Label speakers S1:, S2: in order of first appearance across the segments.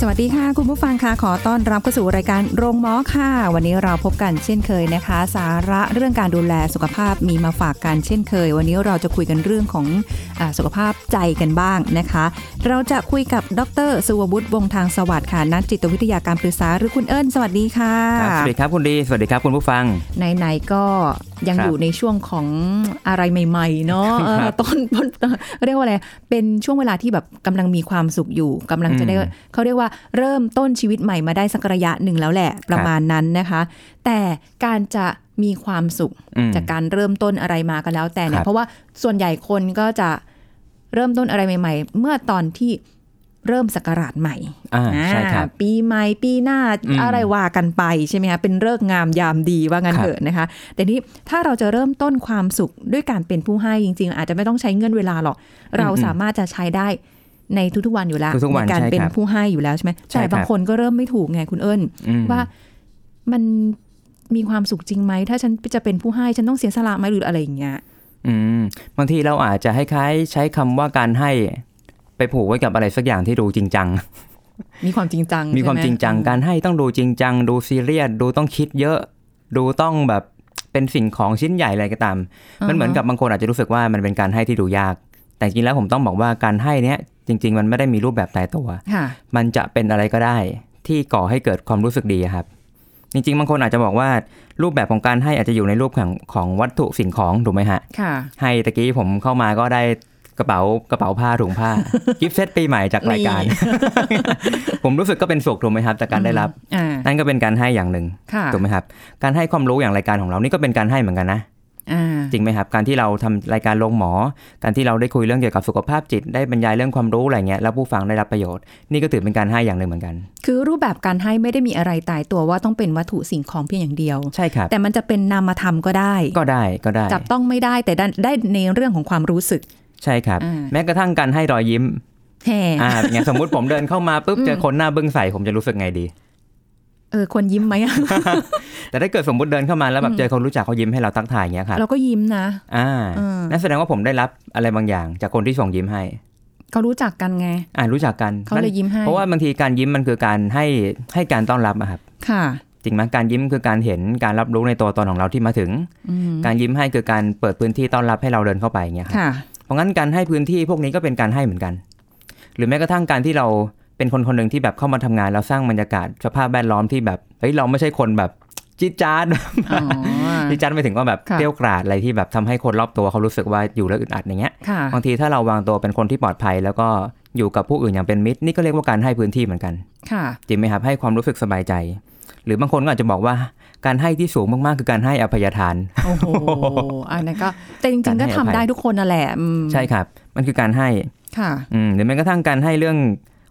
S1: สวัสดีค่ะ คุณผู้ฟังค่ะขอต้อนรับเข้าสู่รายการโรงหมอค่ะ วันนี้เราพบกันเช่นเคยนะคะ สาระเรื่องการดูแลสุขภาพมีมาฝากกันเช่นเคย วันนี้เราจะคุยกันเรื่องของอาสุขภาพใจกันบ้างนะคะ เราจะคุยกับดรสุวบุตรวงศ์ทางสวัสดิ์ค่ะนักจิตวิทยาการปรึกษาหรือคุณเอิญสวัสดีค่ะ
S2: ครับสวัสดีครับคุณดี สวัสดีครับคุณผู้ฟัง
S1: ไหนๆก็ยัง
S2: ครับ
S1: อยู่ในช่วงของอะไรใหม่ ๆ เนาะเออ
S2: ครับ
S1: ต้นต้นต้นเรียกว่าอะไรเป็นช่วงเวลาที่แบบกำลังมีความสุขอยู่กำลังจะได้
S2: อืม
S1: เขาเรียกว่าเริ่มต้นชีวิตใหม่มาได้สักระยะหนึ่งแล้วแหละ ประมาณนั้นนะคะ แต่การจะมีความสุข
S2: อืม
S1: จากการเริ่มต้นอะไรมาก็แล้วแต่เนี่
S2: ครั
S1: ย
S2: บ
S1: เพราะว่าส่วนใหญ่คนก็จะเริ่มต้นอะไรใหม่ ๆ เมื่อตอนที่เริ่มสักราชใหม่
S2: อ่าใช่ครับ
S1: อ่าปีใหม่ปีหน้า
S2: อืม
S1: อะไรว่ากันไปใช่ไหมคะเป็นเลิกษ์งามยามดีว่างั้น
S2: ครับ
S1: เถอะนะคะ แต่นี้ถ้าเราจะเริ่มต้นความสุขด้วยการเป็นผู้ให้จริง ๆ อาจจะไม่ต้องใช้เงื่อนเวลาหรอก เราสามารถจะใช้ได้ในทุกๆวันอยู่แล้ว
S2: ทุกๆวัน
S1: ในการ
S2: ใช่ครับ
S1: เป็นผู้ให้อยู่แล้วใช่ไหม
S2: ใช่
S1: แต่
S2: ครับ
S1: บางคนก็เริ่มไม่ถูกไงคุณเอิญ
S2: อืม
S1: ว่ามันมีความสุขจริงไหมถ้าฉันจะเป็นผู้ให้ฉันต้องเสียสละไหมหรืออะไรอย่างเงี้ย
S2: อืมบางทีเราอาจจะให้คล้ายๆใช้คำว่าการให้ไปผูกไว้กับอะไรสักอย่างที่ดูจริงจัง
S1: มีความจริงจัง
S2: มีความ
S1: ใช่ไห
S2: จริงจัง การให้ต้องดูจริงจัง ดูซีเรียส ดูต้องคิดเยอะ ดูต้องแบบเป็นสิ่งของชิ้นใหญ่อะไรก็ตาม มันเหมือนกับบางคนอาจจะรู้สึกว่ามันเป็นการให้ที่ดูยาก แต่จริงๆแล้วผมต้องบอกว่าการให้เนี้ยจริง ๆ มันไม่ได้มีรูปแบบตายตัว
S1: ค่ะ
S2: มันจะเป็นอะไรก็ได้ที่ก่อให้เกิดความรู้สึกดีอะครับ จริงๆบางคนอาจจะบอกว่ารูปแบบของการให้อาจจะอยู่ในรูปของของวัตถุสิ่งของถูกไหมฮะ
S1: ค่ะ
S2: ให้ตะกี้ผมเข้ามาก็ได้กระเป๋ากระเป๋าผ้าถุงผ้า กิฟต์เซตปีใหม่จากราย การ ผมรู้สึกก็เป็นสุขถูกไหมครับจากการได้รับ
S1: อ่า
S2: นั่นก็เป็นการให้อย่างหนึ่ง
S1: ค่ะ
S2: ถูกไหมครับ การให้ความรู้อย่างรายการของเรานี่ก็เป็นการให้เหมือนกันนะ
S1: อ่า
S2: จริงไหมครับ การที่เราทำรายการลงหมอ การที่เราได้คุยเรื่องเกี่ยวกับสุขภาพจิต ได้บรรยายเรื่องความรู้อะไรเงี้ยแล้วผู้ฟังได้รับประโยชน์นี่ก็ถือเป็นการให้อย่างหนึ่งเหมือนกัน
S1: คือรูปแบบการให้ไม่ได้มีอะไรตายตัวว่าต้องเป็นวัตถุสิ่งของเพียงอย่างเดียว
S2: ใช่ครับ
S1: แต่มันจะเป็นนามธรรมก็ได้
S2: ก็ได้ก็ได้
S1: จับต้องไม่ได้แต่ได้ได้ในเรื่องของความรู้สึก
S2: ใช่ครับ
S1: อ่า
S2: แม้กระทั่งการให้รอยยิ้ม
S1: แห่
S2: อ่า เป็นไงสมมติผมเดินเข้ามาปุ๊บเจอคนหน้าบึ้งใส่ผมจะรู้สึกไงดี
S1: เออควรยิ้มไหม
S2: แต่ถ้าเกิดสมมติเดินเข้ามาแล้วแบบเจอคนรู้จักเขายิ้มให้เราทักทายอย่างเงี้ยครับ
S1: เราก็ยิ้มนะ
S2: อ่า
S1: เออ
S2: นั่นแสดงว่าผมได้รับอะไรบางอย่าง จากคนที่ส่งยิ้มให้
S1: เขารู้จักกันไง
S2: อ่ารู้จักกัน
S1: เขาเลยยิ้มให้
S2: เพราะว่าบางทีการยิ้มมันคือการให้ให้การต้อนรับอะครับ
S1: ค่ะ
S2: จริงไหมการยิ้มคือการเห็นการรับรู้ในตัวตนของเราที่มาถึง
S1: อืม
S2: การยิ้มให้คือการเปิดพื้นที่ต้อนรับให้เราเดินเข้าไปอย่างเงี้ยครับ
S1: ค่ะ
S2: เพราะงั้นการให้พื้นที่พวกนี้ก็เป็นการให้เหมือนกัน หรือแม้กระทั่งการที่เราเป็นคนคนหนึ่งที่แบบเข้ามาทำงานแล้วสร้างบรรยากาศสภาพแวดล้อมที่แบบเฮ้ยเราไม่ใช่คนแบบจิดจาด
S1: อ๋อ
S2: ที่จันไปถึงว่าแบบ
S1: ค่ะ
S2: เกรี้ยวกราดอะไรที่แบบทำให้คนรอบตัวเขารู้สึกว่าอยู่แล้วอึดอัดอย่างเงี้ย
S1: ค่ะ
S2: บางทีถ้าเราวางตัวเป็นคนที่ปลอดภัย แล้วก็อยู่กับผู้อื่นอย่างเป็นมิตรนี่ก็เรียกว่าการให้พื้นที่เหมือนกัน
S1: ค่ะ
S2: จริงไหมครับให้ความรู้สึกสบายใจ หรือบางคนก็อาจจะบอกว่าการให้ที่สูงมากๆ คือการให้อภัยทาน
S1: โอ้โห อันนั้นก็แต่จริงๆ ก็ทำ
S2: การให้อภัย
S1: ได้ทุกคนน่ะแหละอืม
S2: ใช่ครับ มันคือการให้
S1: ค่ะ
S2: อืมหรือแม้กระทั่งการให้เรื่อง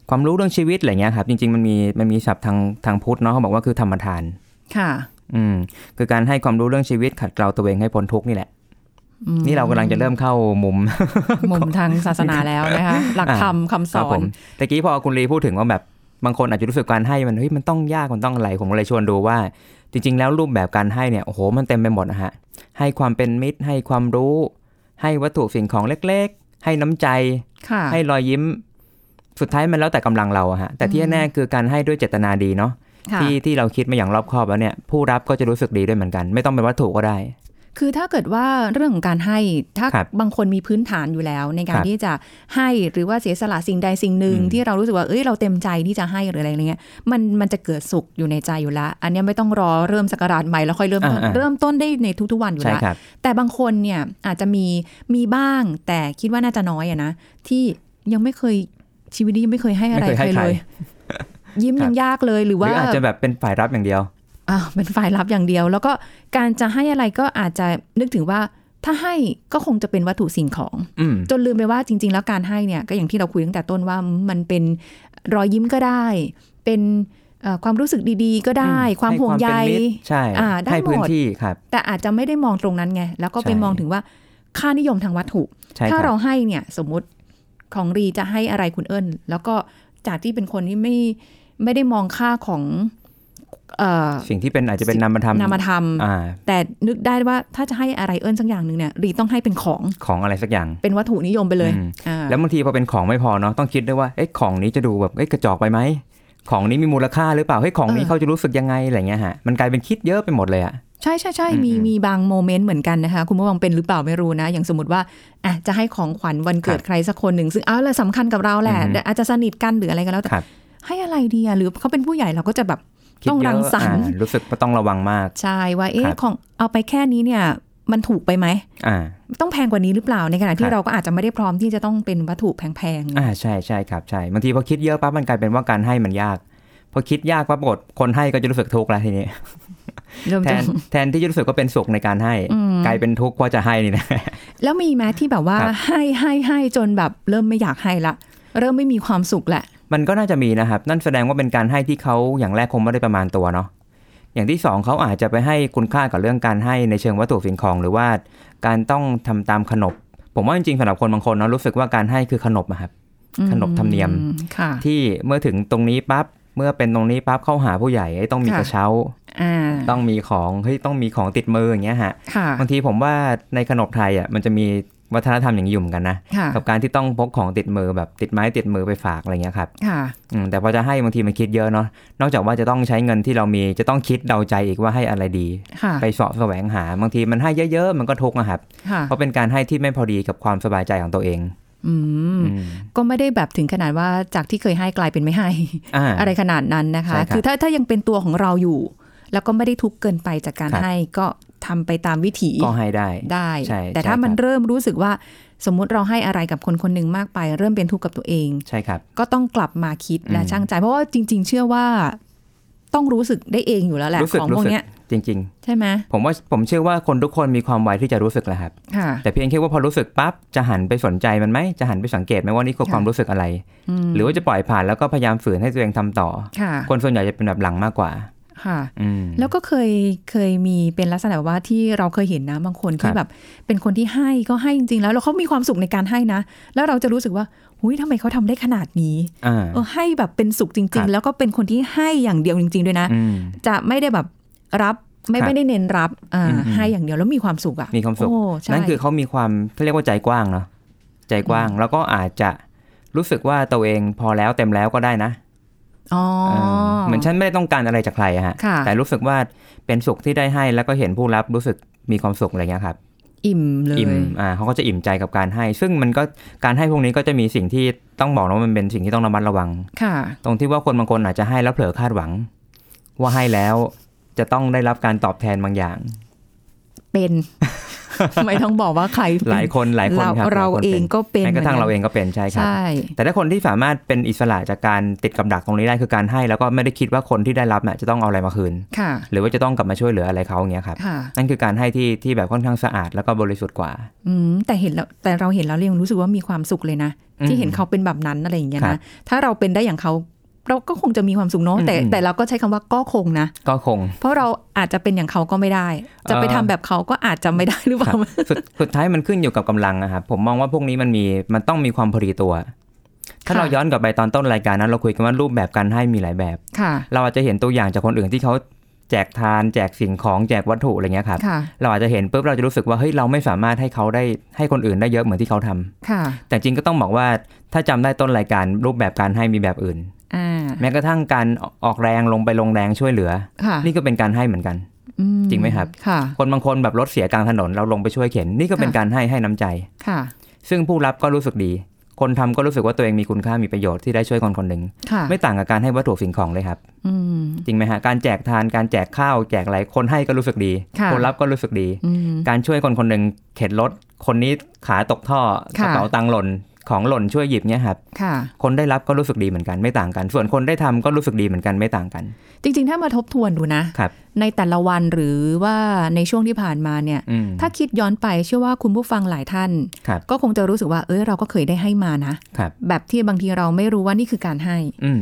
S2: ความรู้เรื่องชีวิตอะไรเงี้ยครับจริงๆมันมีมันมีศัพท์ทางทางพุทธเนาะเขาบอกว่าคือธรรมทาน
S1: ค่ะ
S2: อืมคือการให้ความรู้เรื่องชีวิตขัดเกลาตัวเองให้พ้นทุกข์นี่แหละ
S1: อืม
S2: นี่เรากำลังจะเริ่มเข้ามุ ม
S1: มุมทางศาสนาแล้วนะคะ หลัก
S2: อ่า
S1: ธรรมคำส
S2: ครับ
S1: อ
S2: ผ
S1: น
S2: มตะกี้พอคุณลีพูดถึงว่าแบบบางคนอาจจะรู้สึกการให้มันเฮ้ยมันต้องยากมันต้องอะไรผมเลยชวนดูว่า จริง ๆ แล้วรูปแบบการให้เนี่ยโอ้โหมันเต็มไปหมดนะฮะให้ความเป็นมิตรให้ความรู้ ให้วัตถุสิ่งของเล็กๆ ให้น้ำใจ
S1: ค่ะ
S2: ให้รอยยิ้ม สุดท้ายมันแล้วแต่กำลังเราอะฮะแต่ที่แน่ๆคือการให้ด้วยเจตนาดีเนาะ
S1: ค่ะ
S2: ที่ที่เราคิดมาอย่างรอบคอบแล้วเนี่ยผู้รับก็จะรู้สึกดีด้วยเหมือนกัน ไม่ต้องเป็นวัตถุก็ได้
S1: คือถ้าเกิดว่าเรื่องของการให้ถ้า
S2: ครับ
S1: บางคนมีพื้นฐานอยู่แล้ว ในกา
S2: ค
S1: ร
S2: รับ
S1: ที่จะให้หรือว่าเสียสละสิ่งใดสิ่งหนึ่ง
S2: อืม
S1: ที่เรารู้สึกว่าเอ้ยเราเต็มใจที่จะให้หรืออะไรเงี้ยมันมันจะเกิดสุขอยู่ในใจอยู่ละอันเนี้ยไม่ต้องรอเริ่มสักราชใหม่แล้วค่อยเริ่มต้น
S2: อ่าๆ
S1: เริ่มต้นได้ในทุกๆวันอยู่
S2: ใช่
S1: ละ
S2: ครับ
S1: แต่บางคนเนี่ยอาจจะมีมีบ้างแต่คิดว่าน่าจะน้อยอะนะที่ยังไม่เคยชีวิตนี้ยังไม่เคยให้อะไร
S2: ไม่เคย
S1: ใค
S2: ให้
S1: ร
S2: ใคร
S1: เลย ยิ้มยังยากเลยหรือ
S2: ห
S1: ว่า
S2: รืออาจจะแบบเป็นฝ่ายรับอย่างเดียว
S1: อ่าเป็นฝ่ายรับอย่างเดียว แล้วก็การจะให้อะไรก็อาจจะนึกถึงว่า ถ้าให้ก็คงจะเป็นวัตถุสิ่งของ
S2: อืม
S1: จนลืมไปว่าจริง ๆ แล้วการให้เนี่ยก็อย่างที่เราคุยตั้งแต่ต้นว่ามันเป็นรอยยิ้มก็ได้ เป็นเอ่อความรู้สึกดีๆ ก็ได้
S2: อื
S1: ความห่วงใย
S2: ห้ความเป็นมิตรใช่
S1: อ่าได้
S2: ให้พื้
S1: ห
S2: น
S1: มด
S2: ที่ครับ
S1: แต่อาจจะไม่ได้มองตรงนั้นไง แล้วก็ไป
S2: ใช่
S1: มองถึงว่าค่านิยมทางวัตถุ
S2: ใช่ค
S1: ถ้า
S2: รับ
S1: เราให้เนี่ยสมมติของรีจะให้อะไรคุณเอิญแล้วก็จากที่เป็นคนที่ไม่ไม่ได้มองค่าของเอ่อ
S2: สิ่งที่เป็นอาจจะเป็นนามธรรม
S1: นามธรรม
S2: อ่า
S1: แต่นึกได้ว่าถ้าจะให้อะไรเอิญสักอย่างหนึ่งเนี่ยรีต้องให้เป็นของ
S2: ของอะไรสักอย่าง
S1: เป็นวัตถุนิยมไปเลย
S2: อืม
S1: อ่า
S2: แล้วบางทีพอเป็นของไม่พอเนาะต้องคิดด้วยว่าเอ๊ะของนี้จะดูแบบเอ๊ะกระจอกไปไหมของนี้มีมูลค่าหรือเปล่าเฮ้ยของนี้
S1: เออ
S2: เขาจะรู้สึกยังไงอะไรเงี้ยฮะมันกลายเป็นคิดเยอะไปหมดเลยอะ
S1: ใช่ใช่ใช่
S2: อืม
S1: มี
S2: อืม
S1: มีบางโมเมนต์เหมือนกันนะคะ คุณผู้ฟังเป็นหรือเปล่าไม่รู้นะ อย่างสมมติว่าอ่ะจะให้ของขวัญวันเกิดใครสักคนหนึ่ง ซึ่งเอาละสำคัญกับเราแหละ
S2: อือฮึ
S1: แต่อาจจะสนิทกันหรืออะไรก็แล้วแต่
S2: ครับ
S1: ให้อะไรดีอะหรือเขาเป็นผู้ใหญ่เราก็จะแบบ
S2: คิด
S1: ต้อง
S2: เย
S1: รั
S2: อะ
S1: งสรรค์
S2: อ่ารู้สึกว่าต้องระวังมาก
S1: ใช่ว่าเอ๊ะ
S2: ครับ
S1: ของเอาไปแค่นี้เนี่ย มันถูกไปไหม
S2: อ่า
S1: ต้องแพงกว่านี้หรือเปล่าในขณะ
S2: ค
S1: ที่
S2: รับ
S1: เราก็อาจจะไม่ได้พร้อมที่จะต้องเป็นวัตถุแพง
S2: อ่าใช่ใช่ครับใช่บางทีพอคิดเยอะปั๊บมันกลายเป็นว่าการให้มันยากพอคิดยากปั๊บปรากฏคนให้ก็จะรู้สึกทุกข์ละทีนี้
S1: ๆเริ่ม
S2: แท
S1: จะ
S2: นแทนที่จะรู้สึกว่าเป็นสุขในการให้ กลายเป็นทุกข์เพราะจะให้นี่นะ
S1: แล้วมีไหมที่แบบว่า
S2: ครับ
S1: ให้ให้ให้จนแบบเริ่มไม่อยากให้ละ เริ่มไม่มีความสุขละ
S2: มันก็น่าจะมีนะครับ นั่นแสดงว่าเป็นการให้ที่เขาอย่างแรกคงไม่ได้ประมาณตัวเนาะอย่างที่สองเขาอาจจะไปให้คุณค่ากับเรื่องการให้ในเชิงวัตถุสิ่งของหรือว่า การต้องทำตามขนบ ผมว่าจริงๆสำหรับคนบางคนเนาะรู้สึกว่าการให้คือขนบอะครับ ขนบธรรมเนียม
S1: อืค่ะ
S2: ที่เมื่อถึงตรงนี้ปั๊บเมื่อเป็นตรงนี้ปั๊บเข้าหาผู้ใหญ่เอ้ยต้องมี
S1: ค่ะ
S2: กระเช้า
S1: อ่า
S2: ต้องมีของเฮ้ยต้องมีของติดมืออย่างเงี้ยฮะ
S1: ค่ะ
S2: บางทีผมว่าในขนบไทยอ่ะมันจะมีวัฒนธรรมอย่างนี้อยู่เหมือนกันนะ
S1: ค่ะ
S2: กับการที่ต้องพกของติดมือแบบติดไม้ติดมือไปฝากอะไรเงี้ยครับ
S1: ค่ะ
S2: อืมแต่พอจะให้บางทีมันคิดเยอะเนาะ นอกจากว่าจะต้องใช้เงินที่เรามีจะต้องคิดเดาใจอีกว่าให้อะไรดี
S1: ค่ะ
S2: ไปเสาะแสวงหาบางทีมันให้เยอะๆ มันก็ทุกข์นะครับ
S1: ค่ะ
S2: เพราะเป็นการให้ที่ไม่พอดีกับความสบายใจของตัวเอง
S1: อืม
S2: อืม
S1: ก็ไม่ได้แบบถึงขนาดว่าจากที่เคยให้กลายเป็นไม่ให้
S2: อ่า
S1: อะไรขนาดนั้นนะคะ
S2: ใช่ครับ
S1: คือถ้าถ้ายังเป็นตัวของเราอยู่ แล้วก็ไม่ได้ทุกข์เกินไปจากการ
S2: ครับ
S1: ให้ก็ทำไปตามวิถี
S2: ก็ให้ได้
S1: ได้
S2: ใช่
S1: แต่
S2: ใช่
S1: ถ้ามัน
S2: ครับ
S1: เริ่มรู้สึกว่า สมมุติเราให้อะไรกับคนคนหนึ่งมากไป เริ่มเป็นทุกข์กับตัวเอง
S2: ใช่ครับ
S1: ก็ต้องกลับมาคิดและ
S2: อืม
S1: ช่างใจ เพราะว่าจริง ๆ เชื่อว่า ต้องรู้สึกได้เองอยู่แล้วแหละ
S2: รู้สึก
S1: ของ
S2: รู้
S1: พวก
S2: สึก
S1: เนี้ย
S2: จริง
S1: ใช่ไหม
S2: ๆ ผมว่าผมเชื่อว่าคนทุกคนมีความไวที่จะรู้สึกแหละครับ
S1: ค่ะ
S2: แต่เพียงแค่ว่าพอรู้สึกปั๊บจะหันไปสนใจมันไหมจะหันไปสังเกตไหมว่านี่คือ
S1: ค่ะ
S2: ความรู้สึกอะไร
S1: อืม
S2: หรือว่าจะปล่อยผ่านแล้วก็พยายามฝืนให้ตัวเองทำต่อ
S1: ค่ะ
S2: คนส่วนใหญ่จะเป็นแบบหลังมากกว่า
S1: ค่ะ
S2: อืม
S1: แล้วก็เคยเคยมีเป็นลักษณะแบบว่าที่เราเคยเห็นนะบางคนที่
S2: ครับ
S1: แบบ เป็นคนที่ให้ก็ให้จริงๆแล้วแล้วเขามีความสุขในการให้นะ แล้วเราจะรู้สึกว่าหุยทำไมเขาทำได้ขนาดนี้
S2: อ่า
S1: เออให้แบบเป็นสุขจ
S2: ครั
S1: ริง
S2: บ
S1: ๆ แล้วก็เป็นคนที่ให้อย่างเดียวจริง ๆ ด้วยนะ
S2: อืม
S1: จะไม่ได้แบบรับไม่
S2: ครับ
S1: ไม่ได้เน้นรับอ่า
S2: อืมอืม
S1: ให้อย่างเดียวแล้วมีความสุขอะ
S2: มีความสุข
S1: โอ้ใช่
S2: นั่นคือเขามีความเขาเรียกว่าใจกว้างเนาะใจกว้างแล้วก็อาจจะรู้สึกว่าตัวเองพอแล้วเต็มแล้วก็ได้นะ
S1: อ๋อ
S2: าเหมือนฉันไม่ได้ต้องการอะไรจากใครอะฮะ
S1: ค่ะ
S2: แต่รู้สึกว่าเป็นสุขที่ได้ให้แล้วก็เห็นผู้รับรู้สึกมีความสุขอะไรเงี้ยครับ
S1: อิ่มเลย
S2: อิ่มอ่าเขาก็จะอิ่มใจกับการให้ ซึ่งมันก็การให้พวกนี้ก็จะมีสิ่งที่ต้องบอกนะว่ามันเป็นสิ่งที่ต้องระมัดระวัง
S1: ค่ะ
S2: ตรงที่ว่าคนบางคนอาจจะให้แล้วเผลอคาดหวัง ว่าให้แล้วจะต้องได้รับการตอบแทนบางอย่าง
S1: เป็น ไม่ต้องบอกว่าใครเป็น
S2: หลายคนหลายคน
S1: เรา
S2: ครับ
S1: เรา
S2: หลยคน
S1: เองก็เป็น
S2: แม้กระทั่งเราเองก็เป็นใช่ครับ
S1: ใช่
S2: แต่ถ้าคนที่สามารถเป็นอิสระจากการติดกับดักตรงนี้ได้คือการให้แล้วก็ไม่ได้คิดว่าคนที่ได้รับน่ะจะต้องเอาอะไรมาคืน
S1: ค่ะ
S2: หรือว่าจะต้องกลับมาช่วยเหลืออะไรเขาอย่างเงี้ยครับ
S1: ค่ะ
S2: นั่นคือการให้ที่ที่แบบค่อนข้างสะอาดแล้วก็บริสุทธิ์กว่า
S1: อืมแต่เห็นแล้วแต่เราเห็นแล้วเรายังรู้สึกว่ามีความสุขเลยนะ
S2: อืม
S1: ที่เห็นเขาเป็นแบบนั้นอะไรอย่างเงี้ย
S2: ครั
S1: นะ
S2: บ
S1: ถ้าเราเป็นได้อย่างเขาเราก็คงจะมีความสุขเนาะ
S2: อืม
S1: แต่
S2: อืม
S1: แต่เราก็ใช้คำว่าก็คงนะ
S2: ก็คง
S1: เพราะเราอาจจะเป็นอย่างเขาก็ไม่ได้ จะไป
S2: เอ่อ
S1: ทำแบบเขาก็อาจจะไม่ได้หรือเปล่า
S2: สุดสุดท้ายมันขึ้นอยู่กับกำลังนะครับผมมองว่าพวกนี้มันมีมันต้องมีความพอดีตัว ถ้า
S1: ค่ะ
S2: เราย้อนกลับไปตอนต้นรายการนั้น เราคุยกันว่ารูปแบบการให้มีหลายแบบ
S1: ค่ะ
S2: เราอาจจะเห็นตัวอย่างจากคนอื่นที่เขาแจกทาน แจกสิ่งของแจกวัตถุอะไรเงี้ยครับ
S1: ค่ะ
S2: เราอาจจะเห็นปุ๊บเราจะรู้สึกว่าเฮ้ยเราไม่สามารถให้เขาได้ให้คนอื่นได้เยอะเหมือนที่เขาทำ
S1: ค่ะ
S2: แต่จริงก็ต้องบอกว่าถ้าจำได้ต้นรายการรูปแบบการให้มีแบบอื่น
S1: อ่า
S2: แม้กระทั่งการออกแรงลงไปลงแรงช่วยเหลือ
S1: ค่ะ
S2: นี่ก็เป็นการให้เหมือนกัน
S1: อื
S2: จริงไหมครับ
S1: ค่ะ
S2: คนบางคนแบบรถเสียกลางถนนเราลงไปช่วยเข็น นี่ก็เป็น
S1: ค่ะ
S2: การให้ให้น้ำใจ
S1: ค่ะ
S2: ซึ่งผู้รับก็รู้สึกดี คนทำก็รู้สึกว่าตัวเองมีคุณค่ามีประโยชน์ที่ได้ช่วยคนคนหนึ่ง
S1: ค่ะ
S2: ไม่ต่างกับการให้วัตถุสิ่งของเลยครับ
S1: อืม
S2: จริงไหมฮะการแจกทานการแจกข้าวแจกอะไรคนให้ก็รู้สึกดี
S1: ค่ะ
S2: คนรับก็รู้สึกดี
S1: อืม
S2: การช่วยคนคนหนึ่งเข็นรถคนนี้ขาตกท่อก
S1: ค่ะ
S2: ระเป๋าตังค์หล่น ของหล่นช่วยหยิบเนี่ยครับ
S1: ค่ะ
S2: คนได้รับก็รู้สึกดีเหมือนกันไม่ต่างกัน ส่วนคนได้ทำก็รู้สึกดีเหมือนกันไม่ต่างกัน
S1: จริง ๆ ถ้ามาทบทวนดูนะ
S2: ครับ
S1: ในแต่ละวันหรือว่าในช่วงที่ผ่านมาเนี่ย
S2: อืม
S1: ถ้าคิดย้อนไปเชื่อว่าคุณผู้ฟังหลายท่าน
S2: ครับ
S1: ก็คงจะรู้สึกว่า เอ้ยเราก็เคยได้ให้มานะ
S2: ครับ
S1: แบบที่บางทีเราไม่รู้ว่านี่คือการให้
S2: อืม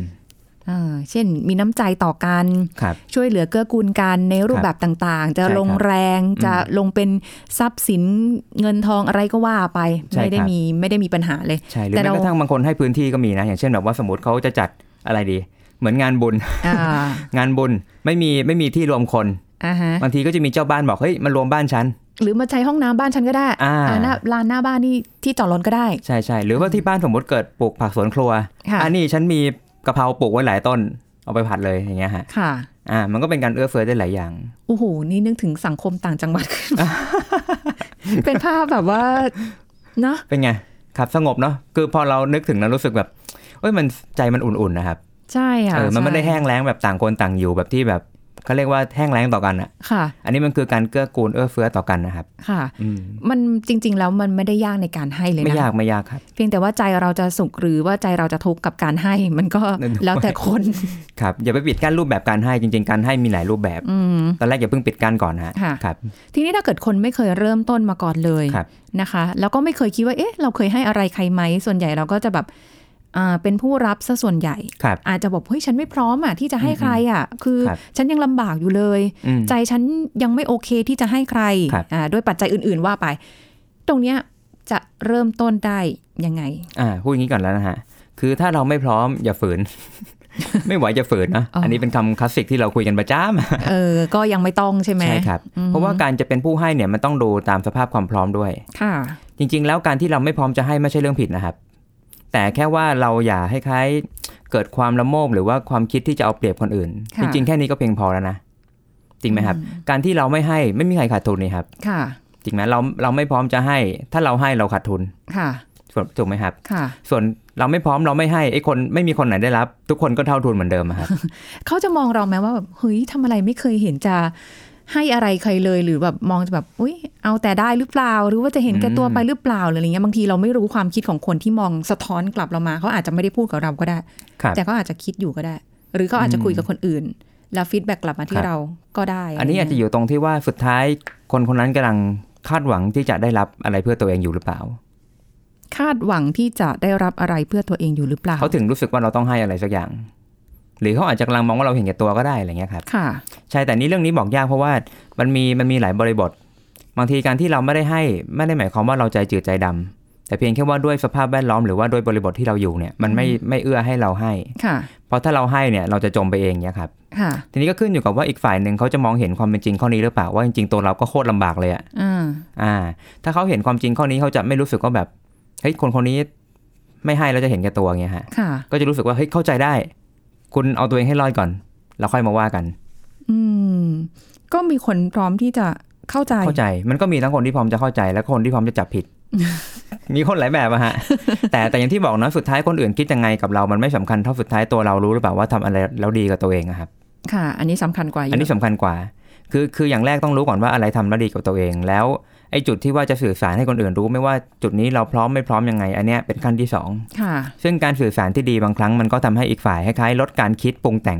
S1: อ่าเช่น มีน้ำใจต่อกัน
S2: ครับ
S1: ช่วยเหลือเกื้อกูลกันในรูปแบบต่างๆ จะ
S2: ใช่ครับ
S1: ลงแรง
S2: อืม
S1: จะลงเป็นทรัพย์สินเงินทองอะไรก็ว่าไป
S2: ใช่
S1: ไม่ได้
S2: ครับ
S1: มีไม่ได้มีปัญหาเลย
S2: ใช่หรือ
S1: แต่
S2: แม้
S1: เรา
S2: กระทั่งบางคนให้พื้นที่ก็มีนะ อย่างเช่นแบบว่าสมมติเขาจะจัดอะไรดี เหมือนงานบุญ
S1: อ่าง
S2: านบุญไม่มีไม่มีที่รวมคน
S1: อ่าฮะ
S2: บางทีก็จะมีเจ้าบ้านบอกเฮ้ยมารวมบ้านฉัน
S1: หรือมาใช้ห้องน้ำบ้านฉันก็ได้
S2: อ่า
S1: หน้าลานหน้าบ้านนี่ที่จอดรถก็ได้
S2: ใช่ใช่หรือว่าที่บ้านสมมติเกิดปลูกผักสวนครัว
S1: ค่ะ
S2: อันนี้ฉันมีกะเพราปลูกไว้หลายต้นเอาไปผัดเลยอย่างเงี้ยฮะ
S1: ค่ะ
S2: อ่ามันก็เป็นการเอื้อเฟื้อได้หลายอย่าง
S1: โอ้โหนี่นึกถึงสังคมต่างจังหวัดขึ้น มาเป็นภาพแบบว่าเนาะ
S2: เป็นไงครับสงบเนาะคือพอเรานึกถึงแล้วรู้สึกแบบเอ้ยมันใจมันอุ่นๆนะครับ
S1: ใช่ค่ะ
S2: เออมันไม่ได้
S1: ใช่
S2: แห้งแล้งแบบต่างคนต่างอยู่แบบที่แบบเขาเรียกว่าแห้งแล้งต่อกันอะ
S1: ค่ะ
S2: อันนี้มันคือการเกื้อกูลเอื้อเฟื้อต่อกันนะครับ
S1: ค่ะ
S2: อืม
S1: มันจริง ๆ แล้วมันไม่ได้ยากในการให้เลยนะ
S2: ไม่ยากไม่ยากครับ
S1: เพียงแต่ว่าใจเราจะสุขหรือว่าใจเราจะทุกข์กับการให้ มันก็
S2: นั่นด้วย
S1: แล้วแต่คน
S2: ครับอย่าไปปิดกั้นรูปแบบการให้จริง ๆ การให้มีหลายรูปแบบ
S1: อืม
S2: ตอนแรกอย่าเพิ่งปิดกั้นก่อนฮะ
S1: ค่ะ
S2: ครับ
S1: ทีนี้ถ้าเกิดคนไม่เคยเริ่มต้นมาก่อนเลย
S2: ครับ
S1: นะคะ แล้วก็ไม่เคยคิดว่าเอ๊ะ เราเคยให้อะไรใครไหมส่วนใหญ่เราก็จะแบบอ่าเป็นผู้รับซะส่วนใหญ่
S2: ครับ
S1: อาจจะบอกเฮ้ยฉันไม่พร้อมอ่ะที่จะให้ใครอ่ะ คือ
S2: ครับ
S1: ฉันยังลำบากอยู่เลย
S2: อืม
S1: ใจฉันยังไม่โอเคที่จะให้ใคร
S2: ครับ
S1: อ่าด้วยปัจจัยอื่นๆว่าไป ตรงเนี้ยจะเริ่มต้นได้ยังไง
S2: อ่าพูดอย่างนี้ก่อนแล้วนะฮะ คือถ้าเราไม่พร้อมอย่าฝืน ไม่ไหวอย่าฝืนนะ อันนี้เป็นคำคลาสสิกที่เราคุยกันประจำ
S1: เออก็ยังไม่ต้องใช่ไหม
S2: ใช่ครับ เพราะว่าการจะเป็นผู้ให้เนี่ยมันต้องดูตามสภาพความพร้อมด้วย
S1: ค่ะ
S2: จริง ๆ แล้วการที่เราไม่พร้อมจะให้ไม่ใช่เรื่องผิดนะครับ แต่แค่ว่าเราอย่าให้คล้ายเกิดความละโมบหรือว่าความคิดที่จะเอาเปรียบคนอื่น
S1: ค่ะ
S2: จริง ๆ แค่นี้ก็เพียงพอแล้วนะ จริงไหมครับ การที่เราไม่ให้ไม่มีใครขาดทุนนี่ครับ
S1: ค่ะ
S2: จริงไหมเราเราไม่พร้อมจะให้ ถ้าเราให้เราขาดทุน
S1: ค่ะ
S2: ส่วนถูกไหมครับ
S1: ค่ะ
S2: ส่วนเราไม่พร้อมเราไม่ให้ไอ้คนไม่มีคนไหนได้รับ ทุกคนก็เท่าทุนเหมือนเดิมอะครับ
S1: เขาจะมองเราไหมว่าแบบเฮ้ยทำอะไรไม่เคยเห็นจะให้อะไรใครเลยหรือแบบมองจะแบบอุ้ยเอาแต่ได้หรือเปล่า หรือว่าจะเห็นแก่ตัวไปหรือเปล่าหรืออะไรเงี้ยบางทีเราไม่รู้ความคิดของคนที่มองสะท้อนกลับเรามาเขาอาจจะไม่ได้พูดกับเราก็ได้
S2: ครับ
S1: แต่เขาอาจจะคิดอยู่ก็ได้ หรือเขาอาจจะคุยกับคนอื่น แล้วฟีดแบ็กกลับมาที่
S2: ครับ
S1: เราก็ได้
S2: อันนี้อาจจะอยู่ตรงที่ว่าสุดท้ายคนคนนั้นกำลังคาดหวังที่จะได้รับอะไรเพื่อตัวเองอยู่หรือเปล่า
S1: คาดหวังที่จะได้รับอะไรเพื่อตัวเองอยู่หรือเปล่า
S2: เขาถึงรู้สึกว่าเราต้องให้อะไรสักอย่าง หรือเขาอาจจะกำลังมองว่าเราเห็นแก่ตัวก็ได้อะไรเงี้ยครับ
S1: ค่ะ
S2: ใช่แต่นี่เรื่องนี้บอกยากเพราะว่ามันมีมันมีหลายบริบท บางทีการที่เราไม่ได้ให้ไม่ได้หมายความว่าเราใจจืดใจดำแต่เพียงแค่ว่าด้วยสภาพแวดล้อมหรือว่าด้วยบริบทที่เราอยู่เนี่ยมันไม่ไม่เอื้อให้เราให้
S1: ค่ะ
S2: เพราะถ้าเราให้เนี่ยเราจะจมไปเองเนี่ยครับ
S1: ค่ะ
S2: ทีนี้ก็ขึ้นอยู่กับว่าอีกฝ่ายหนึ่งเขาจะมองเห็นความเป็นจริงข้อนี้หรือเปล่าว่าจริงๆตัวเราก็โคตรลำบากเลยอะ
S1: อ่า
S2: อ่า ถ้าเขาเห็นความจริงข้อนี้เขาจะไม่รู้สึกว่าแบบเฮ้ยคนคนนี้ไม่ให้แล้วจะเห็นแก่ตัวเงี้ยฮะ
S1: ค่ะ
S2: ก็จะรู้สึกว่าเฮ้ยเข้าใจได้ คุณเอาตัวเองให้รอดก่อนแล้วค่อยมาว่ากัน
S1: อืม ก็มีคนพร้อมที่จะเข้าใจ
S2: เข้าใจมันก็มีทั้งคนที่พร้อมจะเข้าใจ และคนที่พร้อมจะจับผิ ด มีคนหลายแบบอะฮะ แต่แต่อย่างที่บอกนะสุดท้ายคนอื่นคิดยังไงกับเรา มันไม่สำคัญเท่าสุดท้ายตัวเรารู้หรือเปล่าว่าทำอะไรแล้วดีกับตัวเองอะครับ
S1: ค่ะ อันนี้สำคัญกว่าเย
S2: อันนี้
S1: อะ
S2: สำคัญกว่า คือ คือ อย่างแรกต้องรู้ก่อนว่าอะไรทำแล้วดีกับตัวเอง แล้ว ไอ้จุดที่ว่าจะสื่อสารให้คนอื่นรู้ ไม่ว่าจุดนี้เราพร้อมไม่พร้อมยังไง อันเนี้ยเป็นขั้นที่สอง
S1: ค่ะ
S2: ซึ่งการสื่อสารที่ดีบางครั้งมันก็ทำให้อีกฝ่ายคล้ายๆลดการคิดปรุง แต่ง